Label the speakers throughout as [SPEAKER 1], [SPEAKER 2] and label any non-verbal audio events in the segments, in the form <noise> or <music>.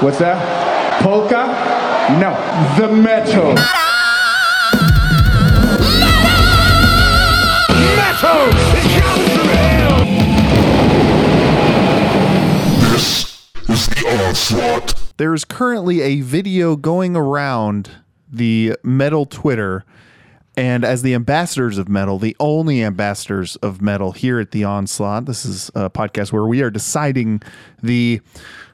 [SPEAKER 1] What's that? Polka? No. The metal.
[SPEAKER 2] Metal! It comes from hell!
[SPEAKER 3] This is the onslaught.
[SPEAKER 4] there is currently a video going around the metal Twitter. And as the ambassadors of metal, the only ambassadors of metal here at the Onslaught, this is a podcast where we are deciding the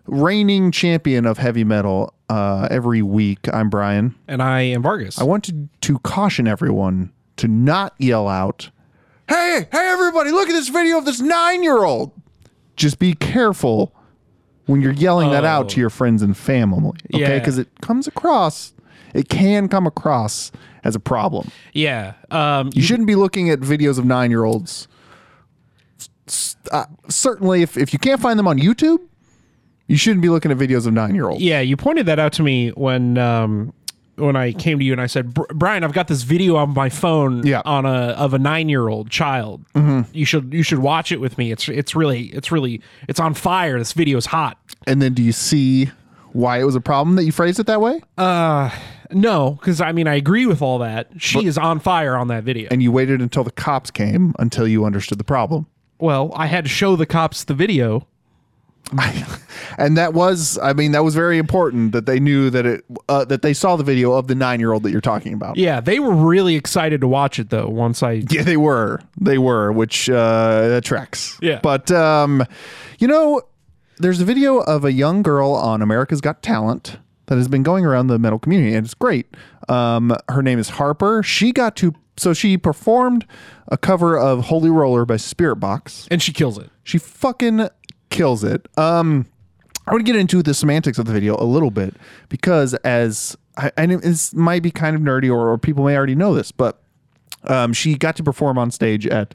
[SPEAKER 4] reigning champion of heavy metal uh, every week. I'm Brian.
[SPEAKER 5] And I am Vargas.
[SPEAKER 4] I wanted to caution everyone to not yell out, Hey, hey, everybody, look at this video of this nine year old. Just be careful when you're yelling that out to your friends and family. Okay.
[SPEAKER 5] Oh. Yeah.
[SPEAKER 4] Because it comes across, it can come across as a problem.
[SPEAKER 5] yeah. Um,
[SPEAKER 4] You shouldn't be looking at videos of nine year olds. Uh, certainly, if, if you can't find them on YouTube, you shouldn't be looking at videos of nine year olds.
[SPEAKER 5] yeah, you pointed that out to me when um, when I came to you and I said, "Br- Brian, I've got this video on my phone
[SPEAKER 4] Yeah. Mm-hmm.
[SPEAKER 5] on a of a nine year old child. You should you should watch it with me. It's it's really it's really it's on fire. This video's hot.
[SPEAKER 4] And then do you see why it was a problem that you phrased it that way?
[SPEAKER 5] No, because I mean I agree with all that. She is on fire on that video.
[SPEAKER 4] and you waited until the cops came until you understood the problem. <laughs>
[SPEAKER 5] well, I had to show the cops the video.
[SPEAKER 4] And that was, I mean, that was very important that they knew that it uh, that they saw the video of the nine year old that you're talking about.
[SPEAKER 5] Yeah, they were really excited to watch it though. Once I
[SPEAKER 4] Yeah, they were, they were, which uh, that tracks.
[SPEAKER 5] Yeah.
[SPEAKER 4] but um, you know, there's a video of a young girl on America's Got Talent that has been going around the metal community, and it's great. Um, her name is Harper. She got to so she performed a cover of Holy Roller by Spirit Box.
[SPEAKER 5] and she kills it.
[SPEAKER 4] She fucking kills it. Um, I want to get into the semantics of the video a little bit because as I, and it- this might be kind of nerdy or, or people may already know this, but um, she got to perform on stage at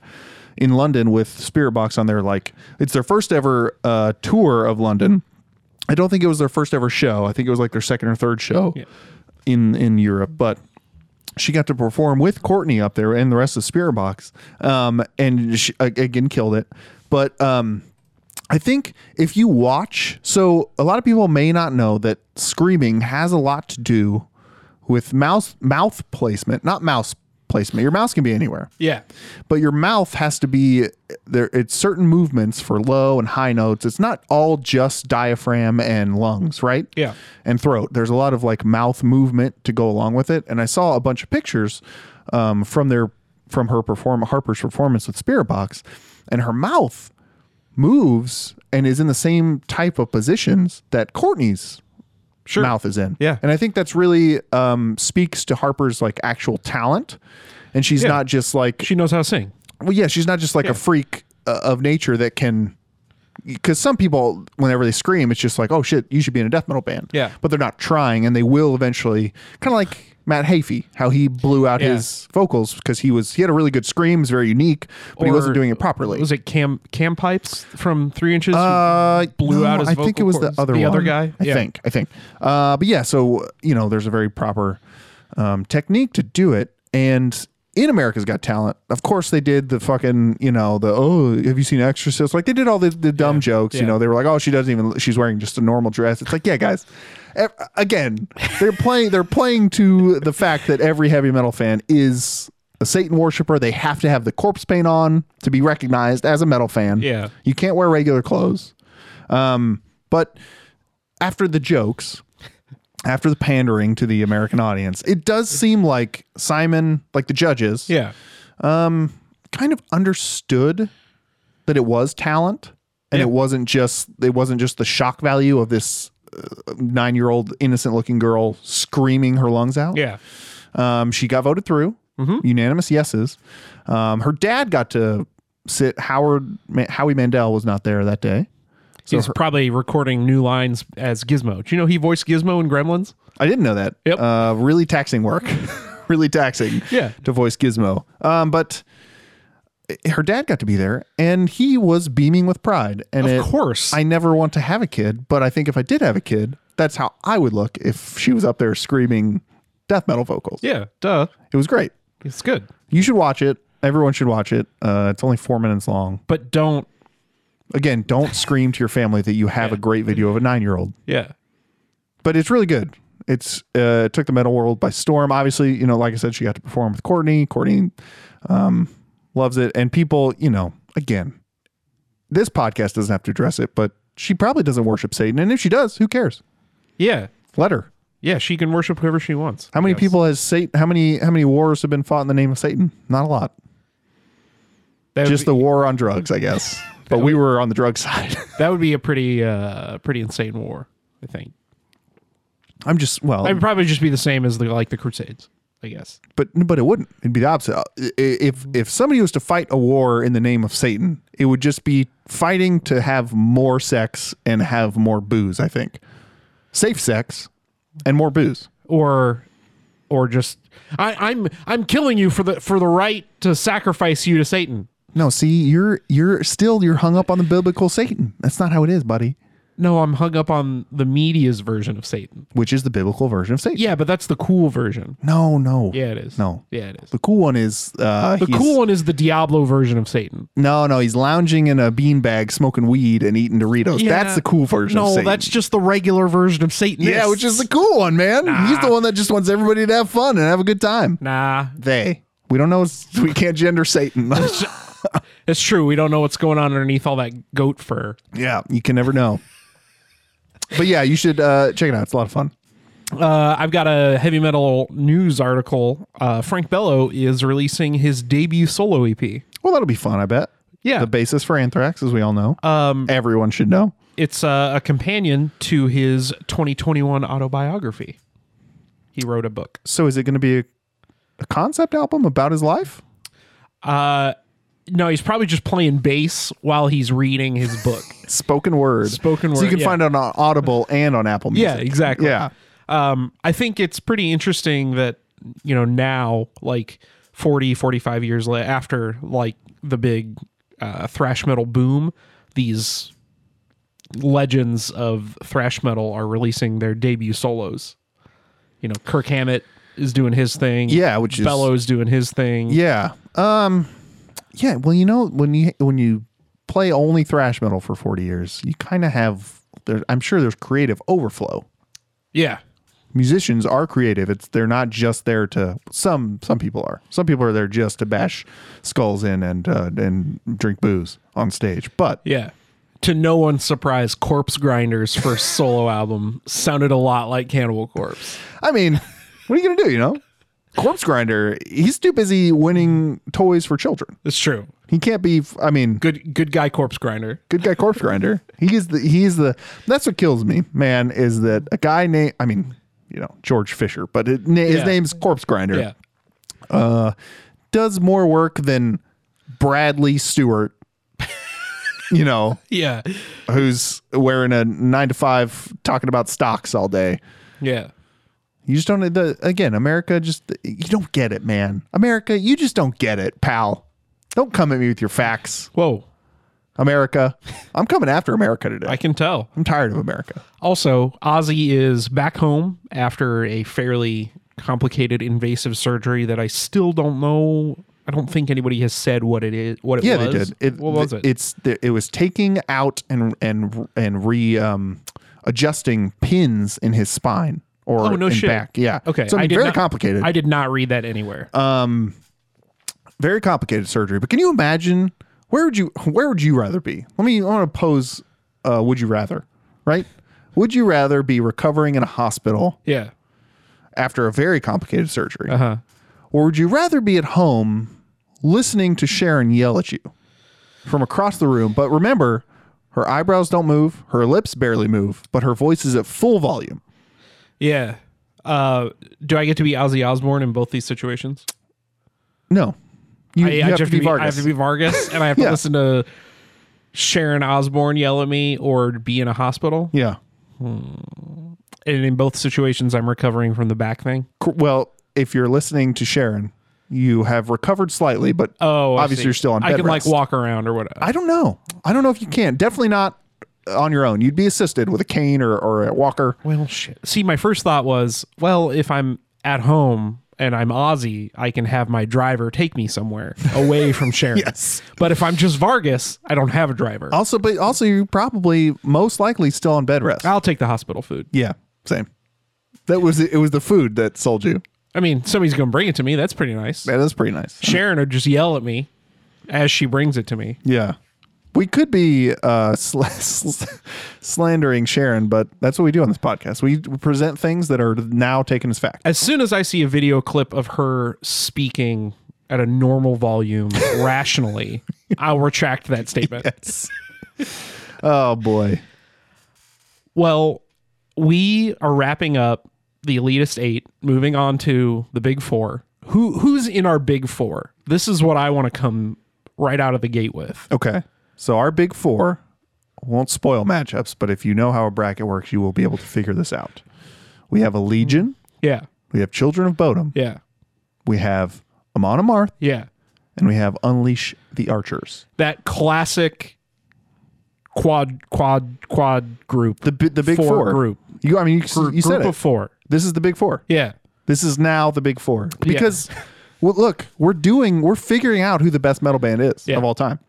[SPEAKER 4] in London with Spirit Box on their like it's their first ever uh, tour of London. I don't think it was their first ever show. I think it was like their second or third show in in Europe, but she got to perform with Courtney up there and the rest of Spirit Box, um, and she a- again killed it. But um, I think if you watch, so a lot of people may not know that screaming has a lot to do with mouse mouth placement, not mouse placement. Your mouse can be anywhere
[SPEAKER 5] Yeah.
[SPEAKER 4] but your mouth has to be there it's certain movements for low and high notes it's not all just diaphragm and lungs right
[SPEAKER 5] Yeah.
[SPEAKER 4] and throat there's a lot of like mouth movement to go along with it and i saw a bunch of pictures um, from their from her perform harper's performance with spirit box and her mouth moves and is in the same type of positions that courtney's
[SPEAKER 5] Sure.
[SPEAKER 4] mouth is in.
[SPEAKER 5] Yeah.
[SPEAKER 4] And I think that's really um, speaks to Harper's like actual talent. And she's
[SPEAKER 5] Yeah.
[SPEAKER 4] not just like
[SPEAKER 5] She knows how to sing.
[SPEAKER 4] well, yeah, she's not just like a freak uh, of nature that can. Because some people, whenever they scream, it's just like, "Oh shit, you should be in a death metal band."
[SPEAKER 5] Yeah.
[SPEAKER 4] but they're not trying, and they will eventually. Kind of like Matt Hafey, how he blew out
[SPEAKER 5] Yeah.
[SPEAKER 4] his vocals because he was he had a really good scream, was very unique, but he wasn't
[SPEAKER 5] Or
[SPEAKER 4] doing it properly.
[SPEAKER 5] Was it Cam Cam Pipes from Three Inches?
[SPEAKER 4] Uh,
[SPEAKER 5] blew out his
[SPEAKER 4] I think it
[SPEAKER 5] vocal
[SPEAKER 4] was
[SPEAKER 5] cords.
[SPEAKER 4] the other
[SPEAKER 5] The other
[SPEAKER 4] one.
[SPEAKER 5] guy?
[SPEAKER 4] I
[SPEAKER 5] Yeah.
[SPEAKER 4] think. I think. Uh, but yeah, so you know, there's a very proper um, technique to do it, and in America's Got Talent, of course, they did the fucking you know the oh have you seen Exorcist? Like they did all the, the dumb jokes. You
[SPEAKER 5] Yeah.
[SPEAKER 4] know, they were like oh she doesn't even she's wearing just a normal dress. It's like yeah guys. ev- Again, they're playing. They're playing to the fact that every heavy metal fan is a Satan worshiper. They have to have the corpse paint on to be recognized as a metal fan.
[SPEAKER 5] Yeah.
[SPEAKER 4] You can't wear regular clothes. Um, but after the jokes, after the pandering to the American audience, it does seem like Simon, like the judges,
[SPEAKER 5] yeah.
[SPEAKER 4] kind of understood that it was talent and
[SPEAKER 5] Yeah.
[SPEAKER 4] it wasn't just it wasn't just the shock value of this uh, nine-year-old innocent-looking girl screaming her lungs out.
[SPEAKER 5] Yeah. Mm-hmm.
[SPEAKER 4] Um, she got voted through, unanimous yeses. Um, her dad got to sit. Howard Ma- Howie Mandel was not there that day.
[SPEAKER 5] He's probably recording new lines as Gizmo. Do you know he voiced Gizmo in Gremlins?
[SPEAKER 4] I didn't know that.
[SPEAKER 5] Yep.
[SPEAKER 4] Uh, really taxing work. <laughs> really taxing.
[SPEAKER 5] Yeah.
[SPEAKER 4] To voice Gizmo. Um, but eh, her dad got to be there, and he was beaming with pride. And
[SPEAKER 5] Of
[SPEAKER 4] it-
[SPEAKER 5] course.
[SPEAKER 4] I never want to have a kid, but I think if I did have a kid, that's how I would look if she was up there screaming death metal vocals.
[SPEAKER 5] yeah, duh.
[SPEAKER 4] It was great.
[SPEAKER 5] It's good.
[SPEAKER 4] You should watch it. Everyone should watch it. Uh, it's only four minutes long.
[SPEAKER 5] But don't
[SPEAKER 4] Again, don't scream to your family that you have a great video of a nine-year-old.
[SPEAKER 5] yeah.
[SPEAKER 4] but it's really good. It's uh, it took the metal world by storm. Obviously, you know, like I said, she got to perform with Courtney. Courtney um, loves it, and people, you know, again, this podcast doesn't have to address it, but she probably doesn't worship Satan, and if she does, who cares?
[SPEAKER 5] Yeah.
[SPEAKER 4] Let her.
[SPEAKER 5] Yeah, she can worship whoever she wants.
[SPEAKER 4] How many people has Satan? How many how many wars have been fought in the name of Satan? Not a lot.
[SPEAKER 5] That would
[SPEAKER 4] Just
[SPEAKER 5] be,
[SPEAKER 4] the war on drugs,
[SPEAKER 5] <laughs>
[SPEAKER 4] I guess. But we were on the drug side. <laughs>
[SPEAKER 5] that would be a pretty uh pretty insane war, I think.
[SPEAKER 4] I'm just well,
[SPEAKER 5] It would probably just be the same as the like the Crusades, I guess.
[SPEAKER 4] but but it wouldn't. It'd be the opposite. Uh, i- i- If if somebody was to fight a war in the name of Satan, it would just be fighting to have more sex and have more booze. I think safe sex and more booze.
[SPEAKER 5] Or or just I, I'm I'm killing you for the for the right to sacrifice you to Satan.
[SPEAKER 4] No, see, you're you're still you're hung up on the biblical Satan. That's not how it is, buddy.
[SPEAKER 5] No, I'm hung up on the media's version of Satan.
[SPEAKER 4] Which is the biblical version of Satan?
[SPEAKER 5] Yeah, but that's the cool version.
[SPEAKER 4] No, no.
[SPEAKER 5] Yeah, it is.
[SPEAKER 4] No.
[SPEAKER 5] Yeah, it is.
[SPEAKER 4] The cool one is uh,
[SPEAKER 5] The cool one is the Diablo version of Satan.
[SPEAKER 4] No, no, he's lounging in a beanbag, smoking weed and eating Doritos. That's the cool version.
[SPEAKER 5] No,
[SPEAKER 4] of Satan.
[SPEAKER 5] that's just the regular version of Satan.
[SPEAKER 4] Yeah, which is the cool one, man. He's the one that just wants everybody to have fun and have a good time.
[SPEAKER 5] nah.
[SPEAKER 4] They. We don't know. We can't gender Satan.
[SPEAKER 5] <laughs> It's true. We don't know what's going on underneath all that goat fur.
[SPEAKER 4] yeah, you can never know. But yeah, you should uh, check it out. It's a lot of fun.
[SPEAKER 5] Uh, I've got a heavy metal news article. Uh, Frank Bello is releasing his debut solo E EP.
[SPEAKER 4] Well, that'll be fun, I bet.
[SPEAKER 5] Yeah.
[SPEAKER 4] The basis for Anthrax, as we all know. Um, Everyone should know.
[SPEAKER 5] It's uh, a companion to his 2021 autobiography. He wrote a book.
[SPEAKER 4] So is it going to be a, a concept album about his life?
[SPEAKER 5] Uh, no, he's probably just playing bass while he's reading his book.
[SPEAKER 4] Spoken word.
[SPEAKER 5] Spoken
[SPEAKER 4] So you
[SPEAKER 5] word,
[SPEAKER 4] can
[SPEAKER 5] yeah.
[SPEAKER 4] find it on Audible and on Apple Music.
[SPEAKER 5] yeah, exactly.
[SPEAKER 4] Yeah.
[SPEAKER 5] um, I think it's pretty interesting that, you know, now, like 40, 45 years la- after, like, the big uh, thrash metal boom, these legends of thrash metal are releasing their debut solos. You know, Kirk Hammett is doing his thing.
[SPEAKER 4] Yeah, which is-
[SPEAKER 5] Bellows doing his thing.
[SPEAKER 4] Yeah. Um yeah, well you know when you when you play only thrash metal for 40 years, you kind of have there I'm sure there's creative overflow.
[SPEAKER 5] Yeah.
[SPEAKER 4] Musicians are creative. It's they're not just there to some some people are. Some people are there just to bash skulls in and uh, and drink booze on stage. But
[SPEAKER 5] Yeah. To no one's surprise, Corpse Grinder's first solo album sounded a lot like Cannibal Corpse.
[SPEAKER 4] I mean, what are you going to do, you know? Corpse Grinder, he's too busy winning toys for children.
[SPEAKER 5] It's true.
[SPEAKER 4] He can't be I mean,
[SPEAKER 5] Good good guy Corpse Grinder.
[SPEAKER 4] good guy corpse grinder. He is the he is the that's what kills me, man, is that a guy named I mean, you know, George Fisher, but it, na- his
[SPEAKER 5] Yeah.
[SPEAKER 4] name's Corpse Grinder
[SPEAKER 5] Yeah.
[SPEAKER 4] does more work than Bradley Stewart. you know,
[SPEAKER 5] Yeah.
[SPEAKER 4] who's wearing a 9 to 5 talking about stocks all day.
[SPEAKER 5] Yeah.
[SPEAKER 4] You just don't the again, America just you don't get it, man. America, you just don't get it, pal. Don't come at me with your facts,
[SPEAKER 5] Whoa.
[SPEAKER 4] America. I'm coming after America today.
[SPEAKER 5] I can tell.
[SPEAKER 4] I'm tired of America.
[SPEAKER 5] Also, Ozzy is back home after a fairly complicated invasive surgery that I still don't know. I don't think anybody has said what it is. What it
[SPEAKER 4] Yeah,
[SPEAKER 5] was.
[SPEAKER 4] they did. It,
[SPEAKER 5] what was
[SPEAKER 4] th-
[SPEAKER 5] it?
[SPEAKER 4] It's th- it was taking out and and and re um, adjusting pins in his spine or
[SPEAKER 5] oh no
[SPEAKER 4] and
[SPEAKER 5] shit.
[SPEAKER 4] back. Yeah.
[SPEAKER 5] Okay.
[SPEAKER 4] So I mean,
[SPEAKER 5] did
[SPEAKER 4] very
[SPEAKER 5] not-
[SPEAKER 4] complicated. Uh,
[SPEAKER 5] I did not read that anywhere.
[SPEAKER 4] very complicated surgery. But can you imagine where would you where would you rather be? Let me I want to pose. Uh, would you rather? Right. Would you rather be recovering in a hospital
[SPEAKER 5] yeah.
[SPEAKER 4] after a very complicated surgery, uh-huh. or would you rather be at home listening to Sharon yell at you from across the room? But remember, her eyebrows don't move, her lips barely move, but her voice is at full volume.
[SPEAKER 5] Yeah. Uh, do I get to be Ozzy Osbourne in both these situations?
[SPEAKER 4] No, you,
[SPEAKER 5] I,
[SPEAKER 4] you
[SPEAKER 5] I
[SPEAKER 4] have, to be
[SPEAKER 5] I
[SPEAKER 4] Vargas.
[SPEAKER 5] have to be Vargas, and I have
[SPEAKER 4] <laughs> Yeah.
[SPEAKER 5] to listen to Sharon Osbourne yell at me or be in a hospital.
[SPEAKER 4] yeah.
[SPEAKER 5] And in both situations, I'm recovering from the back thing.
[SPEAKER 4] Cr- Well, if you're listening to Sharon, you have recovered slightly, but
[SPEAKER 5] Oh, I
[SPEAKER 4] obviously
[SPEAKER 5] see.
[SPEAKER 4] you're still on.
[SPEAKER 5] I
[SPEAKER 4] bed
[SPEAKER 5] can
[SPEAKER 4] rest.
[SPEAKER 5] like walk around or whatever.
[SPEAKER 4] I don't know. I don't know if you can. Definitely not on your own. You'd be assisted with a cane or, or a walker.
[SPEAKER 5] well, shit. See, my first thought was, well, if I'm at home and I'm Aussie, I can have my driver take me <laughs> somewhere away from Sharon.
[SPEAKER 4] Yes.
[SPEAKER 5] But if I'm just Vargas, I don't have a driver. I'll,
[SPEAKER 4] Also, but also you're probably most likely still on bed rest.
[SPEAKER 5] take the hospital food.
[SPEAKER 4] yeah. Same. That was it. Was the food that sold you?
[SPEAKER 5] I mean, somebody's gonna bring it to me. That's pretty nice.
[SPEAKER 4] That is pretty nice.
[SPEAKER 5] Sharon would just yell at me as she brings it to me.
[SPEAKER 4] Yeah. We could be uh, <laughs> sl- sl- slandering Sharon, but that's what we do on this podcast. We present things that are now taken as fact.
[SPEAKER 5] As soon as I see a video clip of her speaking at a normal volume <laughs> rationally, I'll retract that statement.
[SPEAKER 4] <laughs> Oh boy.
[SPEAKER 5] Well, we are wrapping up the elitist eight, moving on to the big four. Who who's in our big four? This is what I want to come right out of the gate with.
[SPEAKER 4] Okay. So our big four won't spoil matchups, but if you know how a bracket works, you will be able to figure this out. We have a Legion.
[SPEAKER 5] Yeah,
[SPEAKER 4] We have Children of Bodom.
[SPEAKER 5] yeah,
[SPEAKER 4] We have Amon Amarth,
[SPEAKER 5] yeah.
[SPEAKER 4] and we have Unleash the Archers.
[SPEAKER 5] That classic quad quad quad group.
[SPEAKER 4] The bi- the big four,
[SPEAKER 5] Four group.
[SPEAKER 4] You, I mean, you, s-
[SPEAKER 5] Gr-
[SPEAKER 4] you said
[SPEAKER 5] group
[SPEAKER 4] it.
[SPEAKER 5] of four.
[SPEAKER 4] This is the big four.
[SPEAKER 5] Yeah,
[SPEAKER 4] This is now the big four because, well, look, we're doing, we're figuring out who the best metal band is
[SPEAKER 5] Yeah.
[SPEAKER 4] of all time.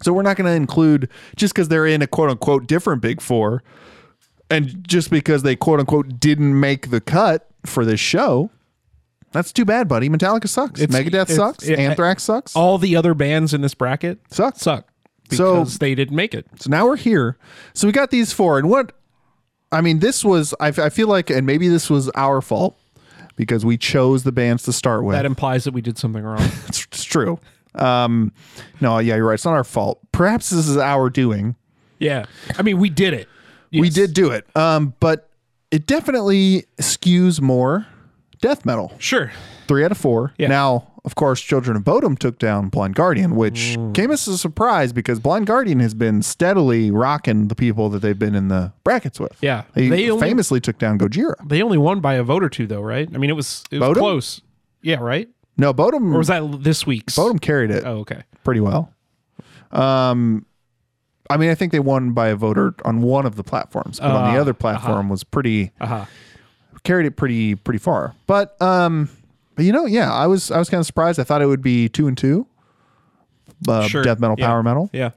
[SPEAKER 4] So we're not going to include just because they're in a quote unquote different big four, and just because they quote unquote didn't make the cut for this show. That's too bad, buddy. Metallica sucks.
[SPEAKER 5] It's-
[SPEAKER 4] Megadeth
[SPEAKER 5] it's-
[SPEAKER 4] sucks.
[SPEAKER 5] it-
[SPEAKER 4] Anthrax sucks.
[SPEAKER 5] all the other bands in this bracket
[SPEAKER 4] Suck.
[SPEAKER 5] suck
[SPEAKER 4] So-
[SPEAKER 5] because they didn't make it.
[SPEAKER 4] So now we're here. So we got these four, and what? I mean, this was I, I feel like, and maybe this was our fault because we chose the bands to start with.
[SPEAKER 5] That implies that we did something wrong. <laughs>
[SPEAKER 4] it's, it's true. Um, no, yeah, you're right. It's not our fault. Perhaps this is our doing.
[SPEAKER 5] yeah, I mean we did it.
[SPEAKER 4] We
[SPEAKER 5] Yes.
[SPEAKER 4] did do it. Um, but it definitely skews more death metal.
[SPEAKER 5] Sure.
[SPEAKER 4] Three out of four.
[SPEAKER 5] Yeah.
[SPEAKER 4] Now, of course, Children of Bodom took down Blind Guardian, which
[SPEAKER 5] Mm.
[SPEAKER 4] came as a surprise because Blind Guardian has been steadily rocking the people that they've been in the brackets with.
[SPEAKER 5] Yeah.
[SPEAKER 4] They,
[SPEAKER 5] They only-
[SPEAKER 4] famously took down Gojira.
[SPEAKER 5] They only won by a vote or two, though, right? I mean, it was it was
[SPEAKER 4] Bodum?
[SPEAKER 5] close. Yeah, right.
[SPEAKER 4] No, Bodom,
[SPEAKER 5] Or was that l- this week's?
[SPEAKER 4] Bodom carried it.
[SPEAKER 5] Oh, okay.
[SPEAKER 4] pretty well. Um, I mean, I think they won by a voter on one of the platforms, but
[SPEAKER 5] Ah,
[SPEAKER 4] on the other platform
[SPEAKER 5] uh-huh.
[SPEAKER 4] was pretty carried it pretty pretty far. But um, but you know, yeah, I was I was kind of surprised. I thought it would be two and two, uh,
[SPEAKER 5] Sure.
[SPEAKER 4] death metal,
[SPEAKER 5] Yeah.
[SPEAKER 4] power metal.
[SPEAKER 5] Yeah.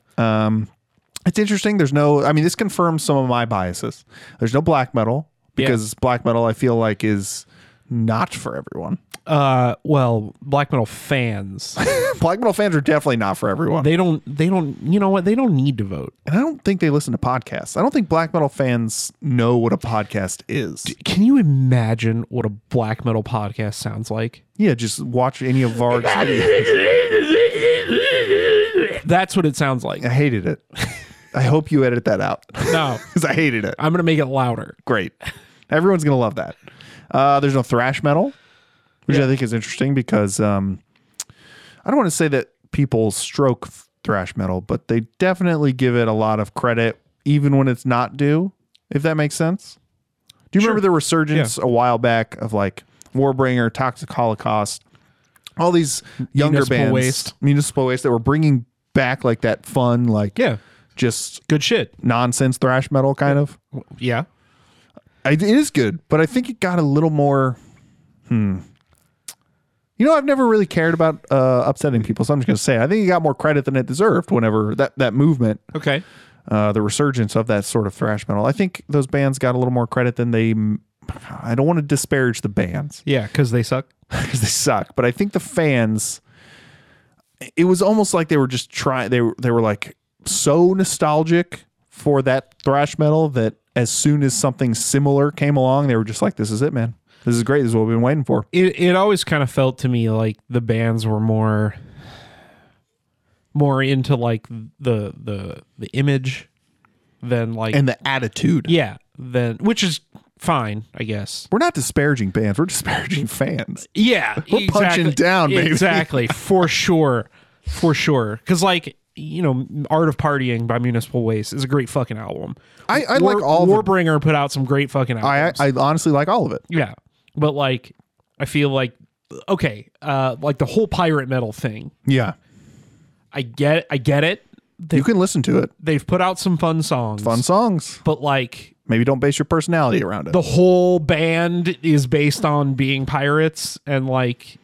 [SPEAKER 4] It's interesting. There's no. I mean, this confirms some of my biases. There's no black metal because black metal I feel like is not for everyone. <laughs>
[SPEAKER 5] Uh, well, black metal fans,
[SPEAKER 4] black metal fans are definitely not for everyone.
[SPEAKER 5] they don't, they don't, you know what? They don't need to vote.
[SPEAKER 4] And I don't think they listen to podcasts. I don't think black metal fans know what a podcast is.
[SPEAKER 5] Can you imagine what a black metal podcast sounds like?
[SPEAKER 4] Yeah, just watch any of our videos.
[SPEAKER 5] That's what it sounds like.
[SPEAKER 4] I hated it. I hope you edit that out <laughs>
[SPEAKER 5] No,
[SPEAKER 4] because I hated it.
[SPEAKER 5] I'm gonna make it louder.
[SPEAKER 4] Great. Everyone's going to love that. Uh, there's no thrash metal, which I think is interesting because um, I don't want to say that people stroke th- thrash metal, but they definitely give it a lot of credit, even when it's not due, if that makes sense. Do you remember the resurgence a while back of like Warbringer, Toxic Holocaust, all these younger
[SPEAKER 5] Municipal
[SPEAKER 4] bands,
[SPEAKER 5] Waste.
[SPEAKER 4] Municipal Waste, that were bringing back like that fun, like
[SPEAKER 5] Yeah.
[SPEAKER 4] just
[SPEAKER 5] Good shit.
[SPEAKER 4] nonsense thrash metal kind of?
[SPEAKER 5] Yeah.
[SPEAKER 4] I- It is good, but I think it got a little more. Hmm. You know, I've never really cared about uh, upsetting people, so I'm just going to say it. I think it got more credit than it deserved. Whenever that that movement,
[SPEAKER 5] Okay.
[SPEAKER 4] uh, the resurgence of that sort of thrash metal, I think those bands got a little more credit than they. I don't want to disparage the bands
[SPEAKER 5] Yeah, because they suck.
[SPEAKER 4] because they suck, but I think the fans. It was almost like they were just trying. They were they were like so nostalgic for that thrash metal that as soon as something similar came along, they were just like, "This is it, man. This is great. This is what we've been waiting for."
[SPEAKER 5] it it always kind of felt to me like the bands were more more into like the the the image than like
[SPEAKER 4] And the attitude.
[SPEAKER 5] yeah than which is fine i guess
[SPEAKER 4] We're not disparaging bands. We're
[SPEAKER 5] <laughs>
[SPEAKER 4] disparaging fans.
[SPEAKER 5] yeah
[SPEAKER 4] We're punching down, baby. <laughs>
[SPEAKER 5] exactly for sure for sure because like you know art of partying by municipal waste is a great fucking album
[SPEAKER 4] I, I
[SPEAKER 5] War-
[SPEAKER 4] like all. The,
[SPEAKER 5] warbringer put out some great fucking
[SPEAKER 4] I
[SPEAKER 5] albums
[SPEAKER 4] I honestly like all of it.
[SPEAKER 5] Yeah. But like I feel like okay, uh like the whole pirate metal thing.
[SPEAKER 4] Yeah,
[SPEAKER 5] I get I get it. They
[SPEAKER 4] you can listen to it.
[SPEAKER 5] they've put out some fun songs.
[SPEAKER 4] Fun songs.
[SPEAKER 5] But like
[SPEAKER 4] Maybe don't base your personality around it.
[SPEAKER 5] the whole band is based on being pirates and like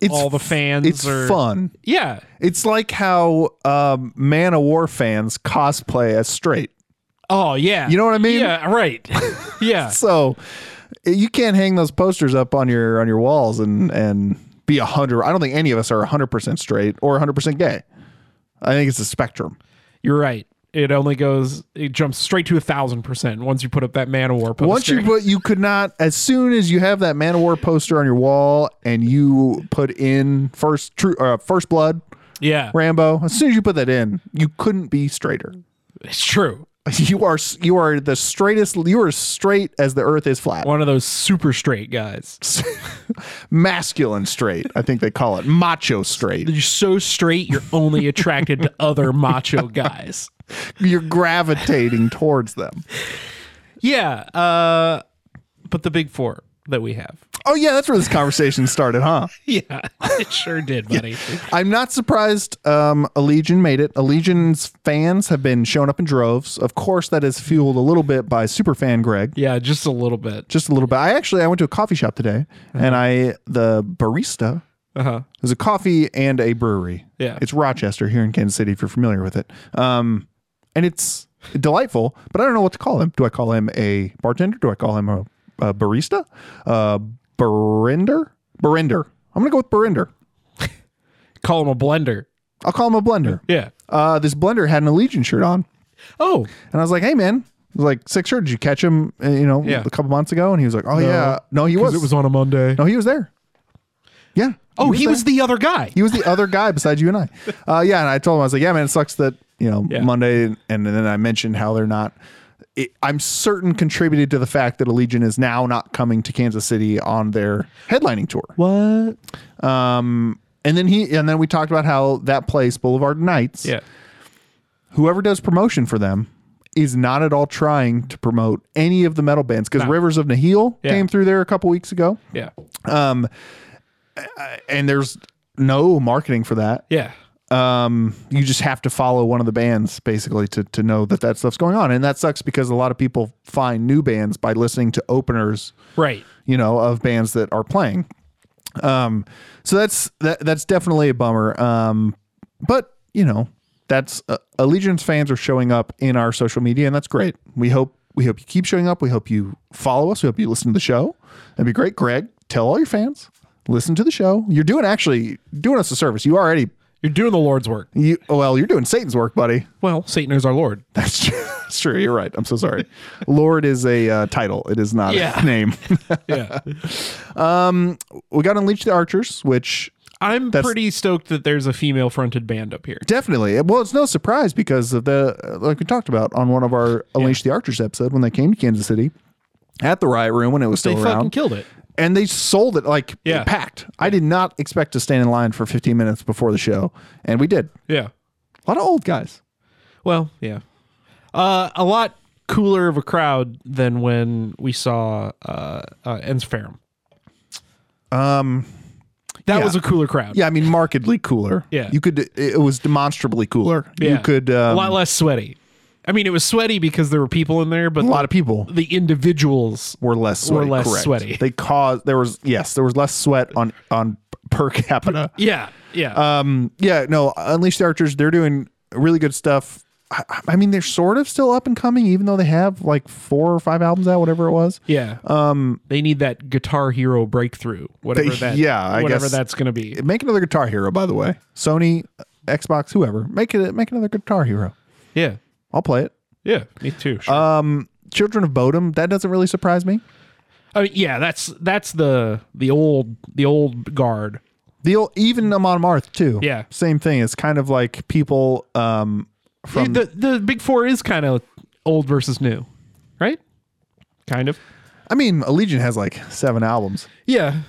[SPEAKER 4] It's
[SPEAKER 5] all the
[SPEAKER 4] f-
[SPEAKER 5] fans
[SPEAKER 4] It's
[SPEAKER 5] are-
[SPEAKER 4] fun.
[SPEAKER 5] yeah.
[SPEAKER 4] It's like how um, Man of War fans cosplay as straight.
[SPEAKER 5] Oh yeah.
[SPEAKER 4] You know what I mean?
[SPEAKER 5] Yeah, right. <laughs> yeah.
[SPEAKER 4] So eh, you can't hang those posters up on your on your walls and and be a hundred. I don't think any of us are hundred percent straight or hundred percent gay. I think it's a spectrum.
[SPEAKER 5] You're right. It only goes it jumps straight to a thousand percent once you put up that man of war poster.
[SPEAKER 4] Once you put, you could not. As soon as you have that Man of War poster on your wall and you put in first true uh, first blood
[SPEAKER 5] Yeah.
[SPEAKER 4] Rambo, as soon as you put that in, you couldn't be straighter. <laughs>
[SPEAKER 5] It's true.
[SPEAKER 4] You are s- you are the straightest. You are straight as the Earth is flat.
[SPEAKER 5] One of those super straight guys.
[SPEAKER 4] Masculine straight, I think they call it. Macho straight.
[SPEAKER 5] You're so straight, you're only attracted to other macho guys.
[SPEAKER 4] You're gravitating towards them.
[SPEAKER 5] Yeah. Uh, but the big four that we have.
[SPEAKER 4] Oh yeah, that's where this conversation started, huh?
[SPEAKER 5] <laughs> Yeah, it sure did, buddy.
[SPEAKER 4] I'm not surprised um, Allegiant made it. Allegiant's fans have been showing up in droves. Of course, that is fueled a little bit by superfan Greg.
[SPEAKER 5] Yeah, just a little bit.
[SPEAKER 4] Just a little bit. I actually I went to a coffee shop today, and I the barista.
[SPEAKER 5] Uh-huh.
[SPEAKER 4] There's a coffee and a brewery.
[SPEAKER 5] Yeah.
[SPEAKER 4] it's Rochester here in Kansas City. If you're familiar with it, um, and it's delightful. But I don't know what to call him. Do I call him a bartender? Do I call him a, a barista? Uh, barender? Barender. I'm gonna go with barender.
[SPEAKER 5] Call him a blender.
[SPEAKER 4] I'll call him a blender.
[SPEAKER 5] Yeah.
[SPEAKER 4] uh, this blender had an Allegiant shirt on.
[SPEAKER 5] Oh,
[SPEAKER 4] And I was like, hey, man, I was like, six shirt, did you catch him, uh, you know,
[SPEAKER 5] Yeah.
[SPEAKER 4] a couple months ago? And he was like, oh, yeah. No, he was.
[SPEAKER 5] on a Monday.
[SPEAKER 4] no, he was there. Yeah.
[SPEAKER 5] Oh, he was
[SPEAKER 4] there.
[SPEAKER 5] the other guy.
[SPEAKER 4] He was the other guy besides you and I. Uh, yeah. And I told him, I was like, yeah, man, it sucks that, you know,
[SPEAKER 5] Yeah.
[SPEAKER 4] Monday. And, and then I mentioned how they're not. It, I'm certain contributed to the fact that Allegiant is now not coming to Kansas City on their headlining tour.
[SPEAKER 5] What?
[SPEAKER 4] And then he and then we talked about how that place Boulevard Nights
[SPEAKER 5] Yeah.
[SPEAKER 4] whoever does promotion for them is not at all trying to promote any of the metal bands because Rivers of Nihil
[SPEAKER 5] Yeah.
[SPEAKER 4] came through there a couple weeks ago,
[SPEAKER 5] Yeah.
[SPEAKER 4] and there's no marketing for that.
[SPEAKER 5] Yeah.
[SPEAKER 4] Um, you just have to follow one of the bands basically to to know that that stuff's going on, and that sucks because a lot of people find new bands by listening to openers
[SPEAKER 5] Right.
[SPEAKER 4] you know, of bands that are playing. Um, so that's that, that's definitely a bummer. Um, but you know, that's uh, Allegiance fans are showing up in our social media, and that's great. We hope we hope you keep showing up. We hope you follow us. We hope you listen to the show. That'd be great, Greg. Tell all your fans. Listen to the show. You're doing actually doing us a service. You already
[SPEAKER 5] You're doing the Lord's work.
[SPEAKER 4] you well, you're doing Satan's work, buddy. <laughs>
[SPEAKER 5] Well, Satan is our Lord.
[SPEAKER 4] That's true. That's true. You're right. I'm so sorry. Lord is a uh, title. It is not
[SPEAKER 5] Yeah.
[SPEAKER 4] a <laughs> name.
[SPEAKER 5] Yeah. <laughs>
[SPEAKER 4] we got Unleash the Archers, which
[SPEAKER 5] I'm
[SPEAKER 4] That's-
[SPEAKER 5] pretty stoked that there's a female fronted band up here.
[SPEAKER 4] Definitely. Well, it's no surprise because of the uh, like we talked about on one of our Unleash the Archers episode when they came to Kansas City at the Riot Room when it was
[SPEAKER 5] They
[SPEAKER 4] still
[SPEAKER 5] fucking
[SPEAKER 4] around,
[SPEAKER 5] killed it.
[SPEAKER 4] and they sold it like
[SPEAKER 5] Yeah.
[SPEAKER 4] packed. I did not expect to stand in line for 15 minutes before the show, and we did.
[SPEAKER 5] Yeah.
[SPEAKER 4] A lot of old guys.
[SPEAKER 5] Well, yeah. Uh, a lot cooler of a crowd than when we saw uh, uh, Ens Ferrum.
[SPEAKER 4] Um,
[SPEAKER 5] That
[SPEAKER 4] Yeah.
[SPEAKER 5] was a cooler crowd.
[SPEAKER 4] yeah, I mean, markedly cooler.
[SPEAKER 5] Yeah.
[SPEAKER 4] you could. It was demonstrably cooler. You
[SPEAKER 5] Yeah.
[SPEAKER 4] could.
[SPEAKER 5] a
[SPEAKER 4] Um,
[SPEAKER 5] lot less sweaty. I mean, it was sweaty because there were people in there, but
[SPEAKER 4] a lot of people
[SPEAKER 5] the individuals
[SPEAKER 4] were less
[SPEAKER 5] Were
[SPEAKER 4] sweaty.
[SPEAKER 5] less
[SPEAKER 4] correct.
[SPEAKER 5] sweaty.
[SPEAKER 4] They caused there was yes there was less sweat on on
[SPEAKER 5] <laughs>
[SPEAKER 4] per capita.
[SPEAKER 5] Yeah, yeah,
[SPEAKER 4] um yeah no unleash the archers they're doing really good stuff I, I mean they're sort of still up and coming even though they have like four or five albums out whatever it was
[SPEAKER 5] yeah. Um, they need that Guitar Hero breakthrough, whatever
[SPEAKER 4] They-
[SPEAKER 5] that,
[SPEAKER 4] yeah, I
[SPEAKER 5] whatever
[SPEAKER 4] guess-
[SPEAKER 5] that's gonna be.
[SPEAKER 4] make another guitar hero by the way sony xbox whoever make it make another guitar hero
[SPEAKER 5] Yeah,
[SPEAKER 4] i'll play it
[SPEAKER 5] yeah, me too. Sure.
[SPEAKER 4] Uh, children of bodom that doesn't really surprise me
[SPEAKER 5] I mean, yeah, that's that's the the old the old guard.
[SPEAKER 4] the old, even amon marth too
[SPEAKER 5] Yeah.
[SPEAKER 4] same thing it's kind of like people um from
[SPEAKER 5] the the big four is kind of old versus new, right? Kind of.
[SPEAKER 4] i mean allegiant has like seven albums
[SPEAKER 5] Yeah,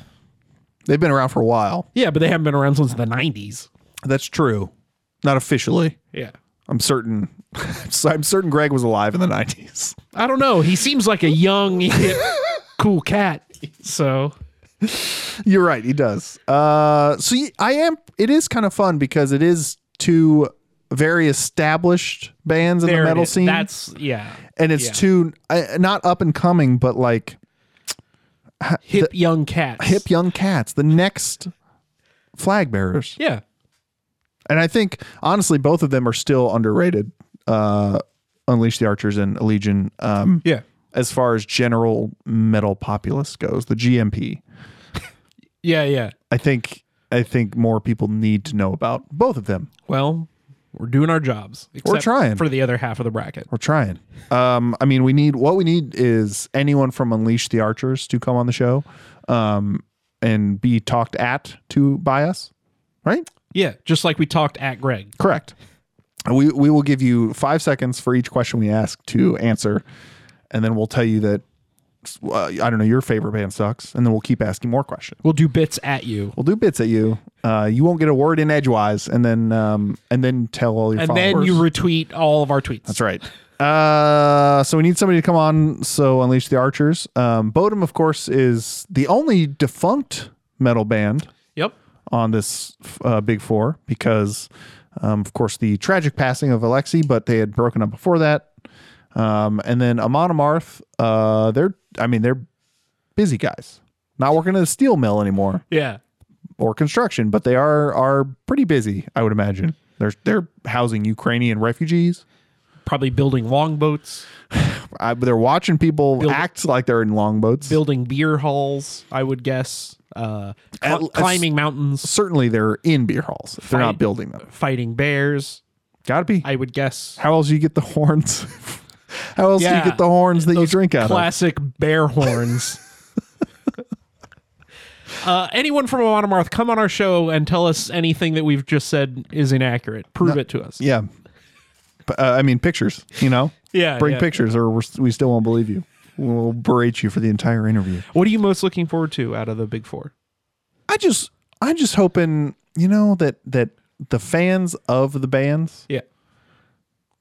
[SPEAKER 4] they've been around for a while
[SPEAKER 5] yeah, but they haven't been around since the nineties.
[SPEAKER 4] that's true not officially
[SPEAKER 5] Yeah.
[SPEAKER 4] I'm certain. <laughs> so I'm certain Greg was alive in the 90s.
[SPEAKER 5] I don't know. He seems like a young, <laughs> hip, cool cat. So
[SPEAKER 4] You're right. He does. Uh, so y- I am. It is kind of fun because it is two very established bands in
[SPEAKER 5] there
[SPEAKER 4] the
[SPEAKER 5] it
[SPEAKER 4] metal
[SPEAKER 5] is.
[SPEAKER 4] scene,
[SPEAKER 5] That's yeah,
[SPEAKER 4] and it's
[SPEAKER 5] yeah.
[SPEAKER 4] two uh, not up and coming, but like
[SPEAKER 5] hip young cats.
[SPEAKER 4] hip young cats. The next flag bearers,
[SPEAKER 5] Yeah.
[SPEAKER 4] and I think honestly, both of them are still underrated. Uh, Unleash the Archers and Legion. Um,
[SPEAKER 5] Yeah.
[SPEAKER 4] as far as general metal populace goes, the GMP.
[SPEAKER 5] Yeah, yeah.
[SPEAKER 4] I think I think more people need to know about both of them.
[SPEAKER 5] Well, we're doing our jobs. except
[SPEAKER 4] trying.
[SPEAKER 5] for the other half of the bracket.
[SPEAKER 4] We're trying. Um, I mean, we need what we need is anyone from Unleash the Archers to come on the show, um, and be talked at to by us, right?
[SPEAKER 5] Yeah, just like we talked at Greg.
[SPEAKER 4] Correct. We we will give you five seconds for each question we ask to answer, and then we'll tell you that uh, I don't know your favorite band sucks, and then we'll keep asking more questions.
[SPEAKER 5] We'll do bits at you,
[SPEAKER 4] We'll do bits at you. Uh, you won't get a word in edgewise, and then um, and then tell all your
[SPEAKER 5] and
[SPEAKER 4] followers.
[SPEAKER 5] then you retweet all of our tweets.
[SPEAKER 4] That's right. Uh, so we need somebody to come on. So unleash the archers. Um, Bodum, of course, is the only defunct metal band
[SPEAKER 5] Yep.
[SPEAKER 4] on this uh, big four because, um, of course, the tragic passing of Alexi, but they had broken up before that. Um, and then Amon Amarth, uh, they're I mean they're busy guys, not working in a steel mill anymore
[SPEAKER 5] Yeah.
[SPEAKER 4] or construction, but they are are pretty busy. I would imagine they're they're housing Ukrainian refugees.
[SPEAKER 5] Probably building longboats,
[SPEAKER 4] I, they're watching people
[SPEAKER 5] Build-
[SPEAKER 4] act like they're in longboats.
[SPEAKER 5] building beer halls, I would guess, uh, cl-
[SPEAKER 4] At-
[SPEAKER 5] climbing mountains,
[SPEAKER 4] Certainly, they're in beer halls. If they're
[SPEAKER 5] Fight.
[SPEAKER 4] not building them.
[SPEAKER 5] fighting bears,
[SPEAKER 4] Gotta be.
[SPEAKER 5] I would guess.
[SPEAKER 4] How else do you get the horns? <laughs> How else do
[SPEAKER 5] Yeah.
[SPEAKER 4] you get the horns that you drink out of?
[SPEAKER 5] Classic bear
[SPEAKER 4] <laughs>
[SPEAKER 5] horns. Uh, anyone from Monomarth, come on our show and tell us anything that we've just said is inaccurate. Prove it to us.
[SPEAKER 4] Yeah. P- Uh, I mean, pictures. You <laughs> know.
[SPEAKER 5] Yeah,
[SPEAKER 4] Bring
[SPEAKER 5] yeah.
[SPEAKER 4] pictures, or we're, we still won't believe you. We'll berate you for the entire interview.
[SPEAKER 5] What are you most looking forward to out of the big four?
[SPEAKER 4] I just, I'm just hoping, you know, that that the fans of the bands
[SPEAKER 5] Yeah.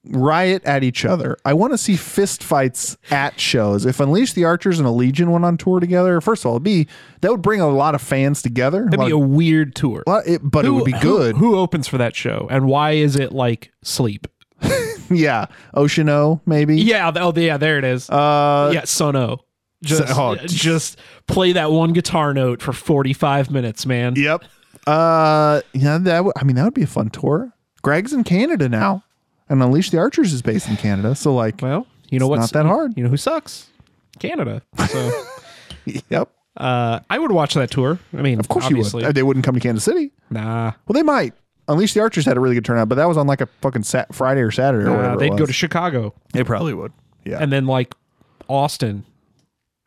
[SPEAKER 4] riot at each other. I want to see fist fights at shows. If Unleash the Archers and a Legion went on tour together, first of all, it'd be that would bring a lot of fans together.
[SPEAKER 5] That'd be a
[SPEAKER 4] Like,
[SPEAKER 5] weird tour.
[SPEAKER 4] lot- it- but it would be good.
[SPEAKER 5] Who, opens for that show and why is it like sleep?
[SPEAKER 4] <laughs> yeah, Oceano maybe.
[SPEAKER 5] Yeah. th- Oh, yeah. There it is.
[SPEAKER 4] Uh,
[SPEAKER 5] yeah. Sono. Just, uh,
[SPEAKER 4] oh,
[SPEAKER 5] just play that one guitar note for 45 minutes, man.
[SPEAKER 4] Yep. Uh, yeah, that w- I mean that would be a fun tour. Greg's in Canada now, and Unleash the Archers is based in Canada. So like,
[SPEAKER 5] Well, you know
[SPEAKER 4] It's
[SPEAKER 5] what's
[SPEAKER 4] not that hard.
[SPEAKER 5] You know who sucks? Canada. So
[SPEAKER 4] <laughs> yep.
[SPEAKER 5] uh, I would watch that tour. I mean,
[SPEAKER 4] Of course
[SPEAKER 5] obviously.
[SPEAKER 4] you would. They wouldn't come to Kansas City.
[SPEAKER 5] Nah,
[SPEAKER 4] Well, they might. Unleash the Archers had a really good turnout, but that was on like a fucking sat- Friday or Saturday or
[SPEAKER 5] nah
[SPEAKER 4] whatever. it
[SPEAKER 5] Uh, they'd go
[SPEAKER 4] was.
[SPEAKER 5] to Chicago
[SPEAKER 4] They probably would. Yeah.
[SPEAKER 5] and then like Austin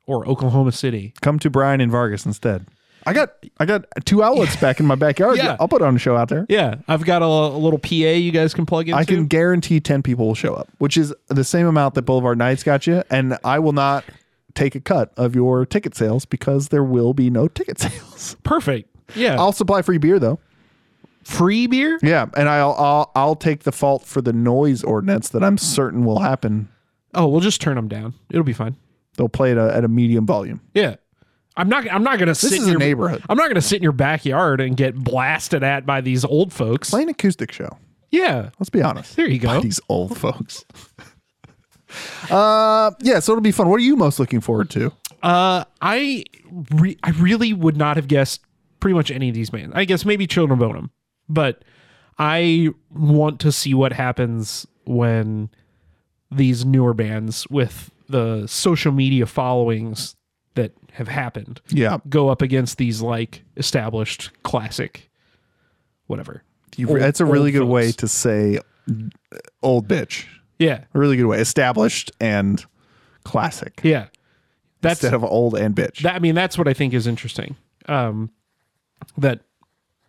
[SPEAKER 5] or Oklahoma City.
[SPEAKER 4] come to Brian and Vargas instead. I got I got two outlets
[SPEAKER 5] <laughs>
[SPEAKER 4] back in my backyard.
[SPEAKER 5] Yeah.
[SPEAKER 4] I'll put on a show out there.
[SPEAKER 5] Yeah, I've got a, a little PA you guys can plug into.
[SPEAKER 4] I can guarantee ten people will show up, which is the same amount that Boulevard Nights got you, and I will not take a cut of your ticket sales because there will be no ticket <laughs> sales.
[SPEAKER 5] perfect. Yeah,
[SPEAKER 4] I'll supply free beer though.
[SPEAKER 5] free beer.
[SPEAKER 4] Yeah, and I'll I'll I'll take the fault for the noise ordinance that I'm certain will happen.
[SPEAKER 5] Oh, we'll just turn them down. It'll be fine.
[SPEAKER 4] They'll play it at a, at a medium volume.
[SPEAKER 5] Yeah. I'm not. I'm not gonna sit. in
[SPEAKER 4] is a
[SPEAKER 5] your,
[SPEAKER 4] neighborhood.
[SPEAKER 5] I'm not gonna sit in your backyard and get blasted at by these old folks.
[SPEAKER 4] Play an acoustic show.
[SPEAKER 5] Yeah.
[SPEAKER 4] Let's be honest.
[SPEAKER 5] There you go.
[SPEAKER 4] These old folks. <laughs> uh, yeah. So it'll be fun. What are you most looking forward to?
[SPEAKER 5] Uh, I re- I really would not have guessed pretty much any of these bands. I guess maybe Children of Bodom, but I want to see what happens when these newer bands with the social media followings that have happened
[SPEAKER 4] Yeah.
[SPEAKER 5] go up against these like established classic whatever.
[SPEAKER 4] You,
[SPEAKER 5] Old-
[SPEAKER 4] that's a really
[SPEAKER 5] old
[SPEAKER 4] good way
[SPEAKER 5] folks.
[SPEAKER 4] to say uh, old bitch.
[SPEAKER 5] Yeah.
[SPEAKER 4] A really good way. Established and classic
[SPEAKER 5] Yeah. That's
[SPEAKER 4] instead of old and bitch.
[SPEAKER 5] that I mean that's what I think is interesting. Um that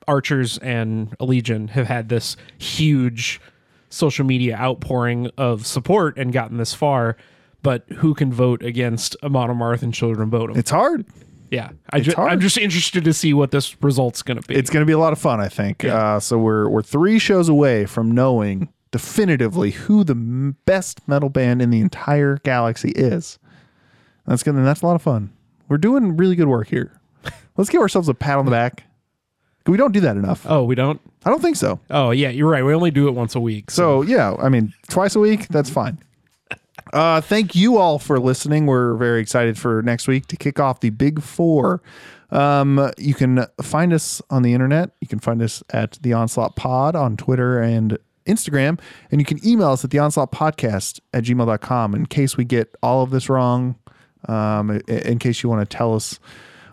[SPEAKER 5] Archers and Allegiant have had this huge social media outpouring of support and gotten this far, but who can vote against Amon Amarth and Children Bodum?
[SPEAKER 4] it's hard.
[SPEAKER 5] yeah. I ju-
[SPEAKER 4] hard.
[SPEAKER 5] I'm just interested to see what this result's gonna be.
[SPEAKER 4] It's going to be a lot of fun, I think. Uh, so we're we're three shows away from knowing <laughs> definitively who the m- best metal band in the entire galaxy is. That's gonna that's a lot of fun. We're doing really good work here. Let's give ourselves a pat on the back. We don't do that enough.
[SPEAKER 5] oh, we don't?
[SPEAKER 4] I don't think so.
[SPEAKER 5] Oh yeah, you're right. We only do it once a week. So
[SPEAKER 4] So yeah, I mean, twice a week, that's fine. Uh, thank you all for listening. We're very excited for next week to kick off the Big Four. Um, you can find us on the internet. You can find us at the Onslaught Pod on Twitter and Instagram. And you can email us at the onslaught podcast at gmail.com in case we get all of this wrong. Um, i- in case you want to tell us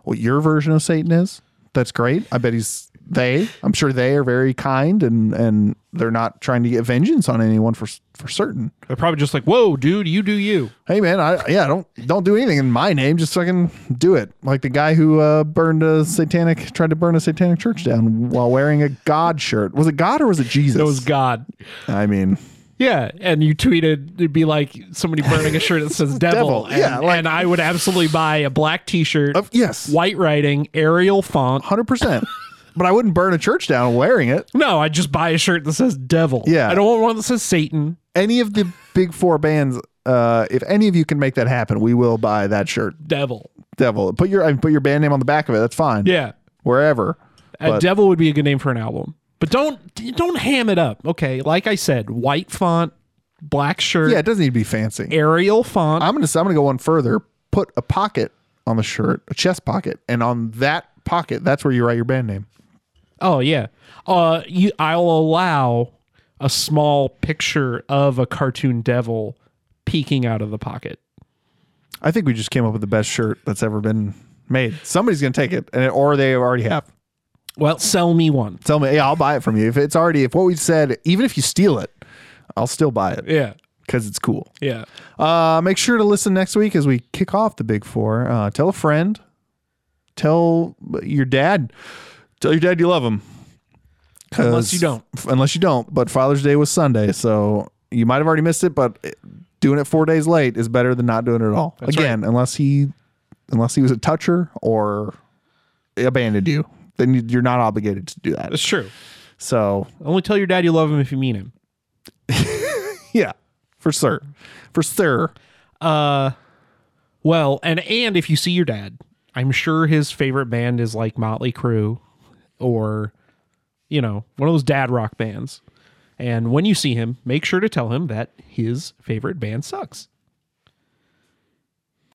[SPEAKER 4] what your version of Satan is, that's great. I bet he's they. I'm sure they are very kind and and they're not trying to get vengeance on anyone for s- for certain.
[SPEAKER 5] They're probably just like, "Whoa, dude, you do you."
[SPEAKER 4] Hey man, I yeah, don't don't do anything in my name. Just fucking do it. Like the guy who uh, burned a satanic, tried to burn a satanic church down while wearing a God shirt. Was it God or was it Jesus?
[SPEAKER 5] It was God.
[SPEAKER 4] I mean,
[SPEAKER 5] Yeah, and you tweeted it'd be like somebody burning a shirt that
[SPEAKER 4] <laughs>
[SPEAKER 5] says "devil."
[SPEAKER 4] Devil, yeah,
[SPEAKER 5] and,
[SPEAKER 4] like-
[SPEAKER 5] and I would absolutely buy a black T-shirt,
[SPEAKER 4] Of- yes.
[SPEAKER 5] white writing, Arial font.
[SPEAKER 4] hundred percent. But I wouldn't burn a church down wearing it.
[SPEAKER 5] No, I just buy a shirt that says "devil."
[SPEAKER 4] Yeah.
[SPEAKER 5] I don't want one that says Satan.
[SPEAKER 4] Any of the big four bands. Uh, if any of you can make that happen, we will buy that shirt.
[SPEAKER 5] Devil.
[SPEAKER 4] Devil, put your I mean, put your band name on the back of it. That's fine.
[SPEAKER 5] Yeah,
[SPEAKER 4] wherever.
[SPEAKER 5] a
[SPEAKER 4] But-
[SPEAKER 5] devil would be a good name for an album, but don't don't ham it up. Okay, like I said, white font, black shirt,
[SPEAKER 4] Yeah, it doesn't need to be fancy.
[SPEAKER 5] Arial font.
[SPEAKER 4] I'm gonna I'm gonna go one further. Put a pocket on the shirt, a chest pocket, and on that pocket, that's where you write your band name.
[SPEAKER 5] Oh yeah. Uh, you, I'll allow a small picture of a cartoon devil peeking out of the pocket.
[SPEAKER 4] I think we just came up with the best shirt that's ever been made. Somebody's gonna take it, and or they already have.
[SPEAKER 5] Well, sell me one.
[SPEAKER 4] Tell me, yeah, I'll buy it from you if it's already. If what we said, even if you steal it, I'll still buy it
[SPEAKER 5] Yeah.
[SPEAKER 4] because it's cool.
[SPEAKER 5] Yeah.
[SPEAKER 4] Uh, make sure to listen next week as we kick off the Big Four. Uh, tell a friend, tell your dad, tell your dad you love him. 'Cause-
[SPEAKER 5] Unless you don't.
[SPEAKER 4] f- unless you don't. But Father's Day was Sunday, so you might have already missed it. But it- doing it four days late is better than not doing it at all. Again, unless he, unless he was a toucher or abandoned you, then you- you're not obligated to do that.
[SPEAKER 5] That's true.
[SPEAKER 4] So
[SPEAKER 5] Only tell your dad you love him if you mean him.
[SPEAKER 4] yeah, for sure, for sure.
[SPEAKER 5] Well, and and if you see your dad, I'm sure his favorite band is like Motley Crue or you know, one of those dad rock bands. And when you see him, make sure to tell him that his favorite band sucks.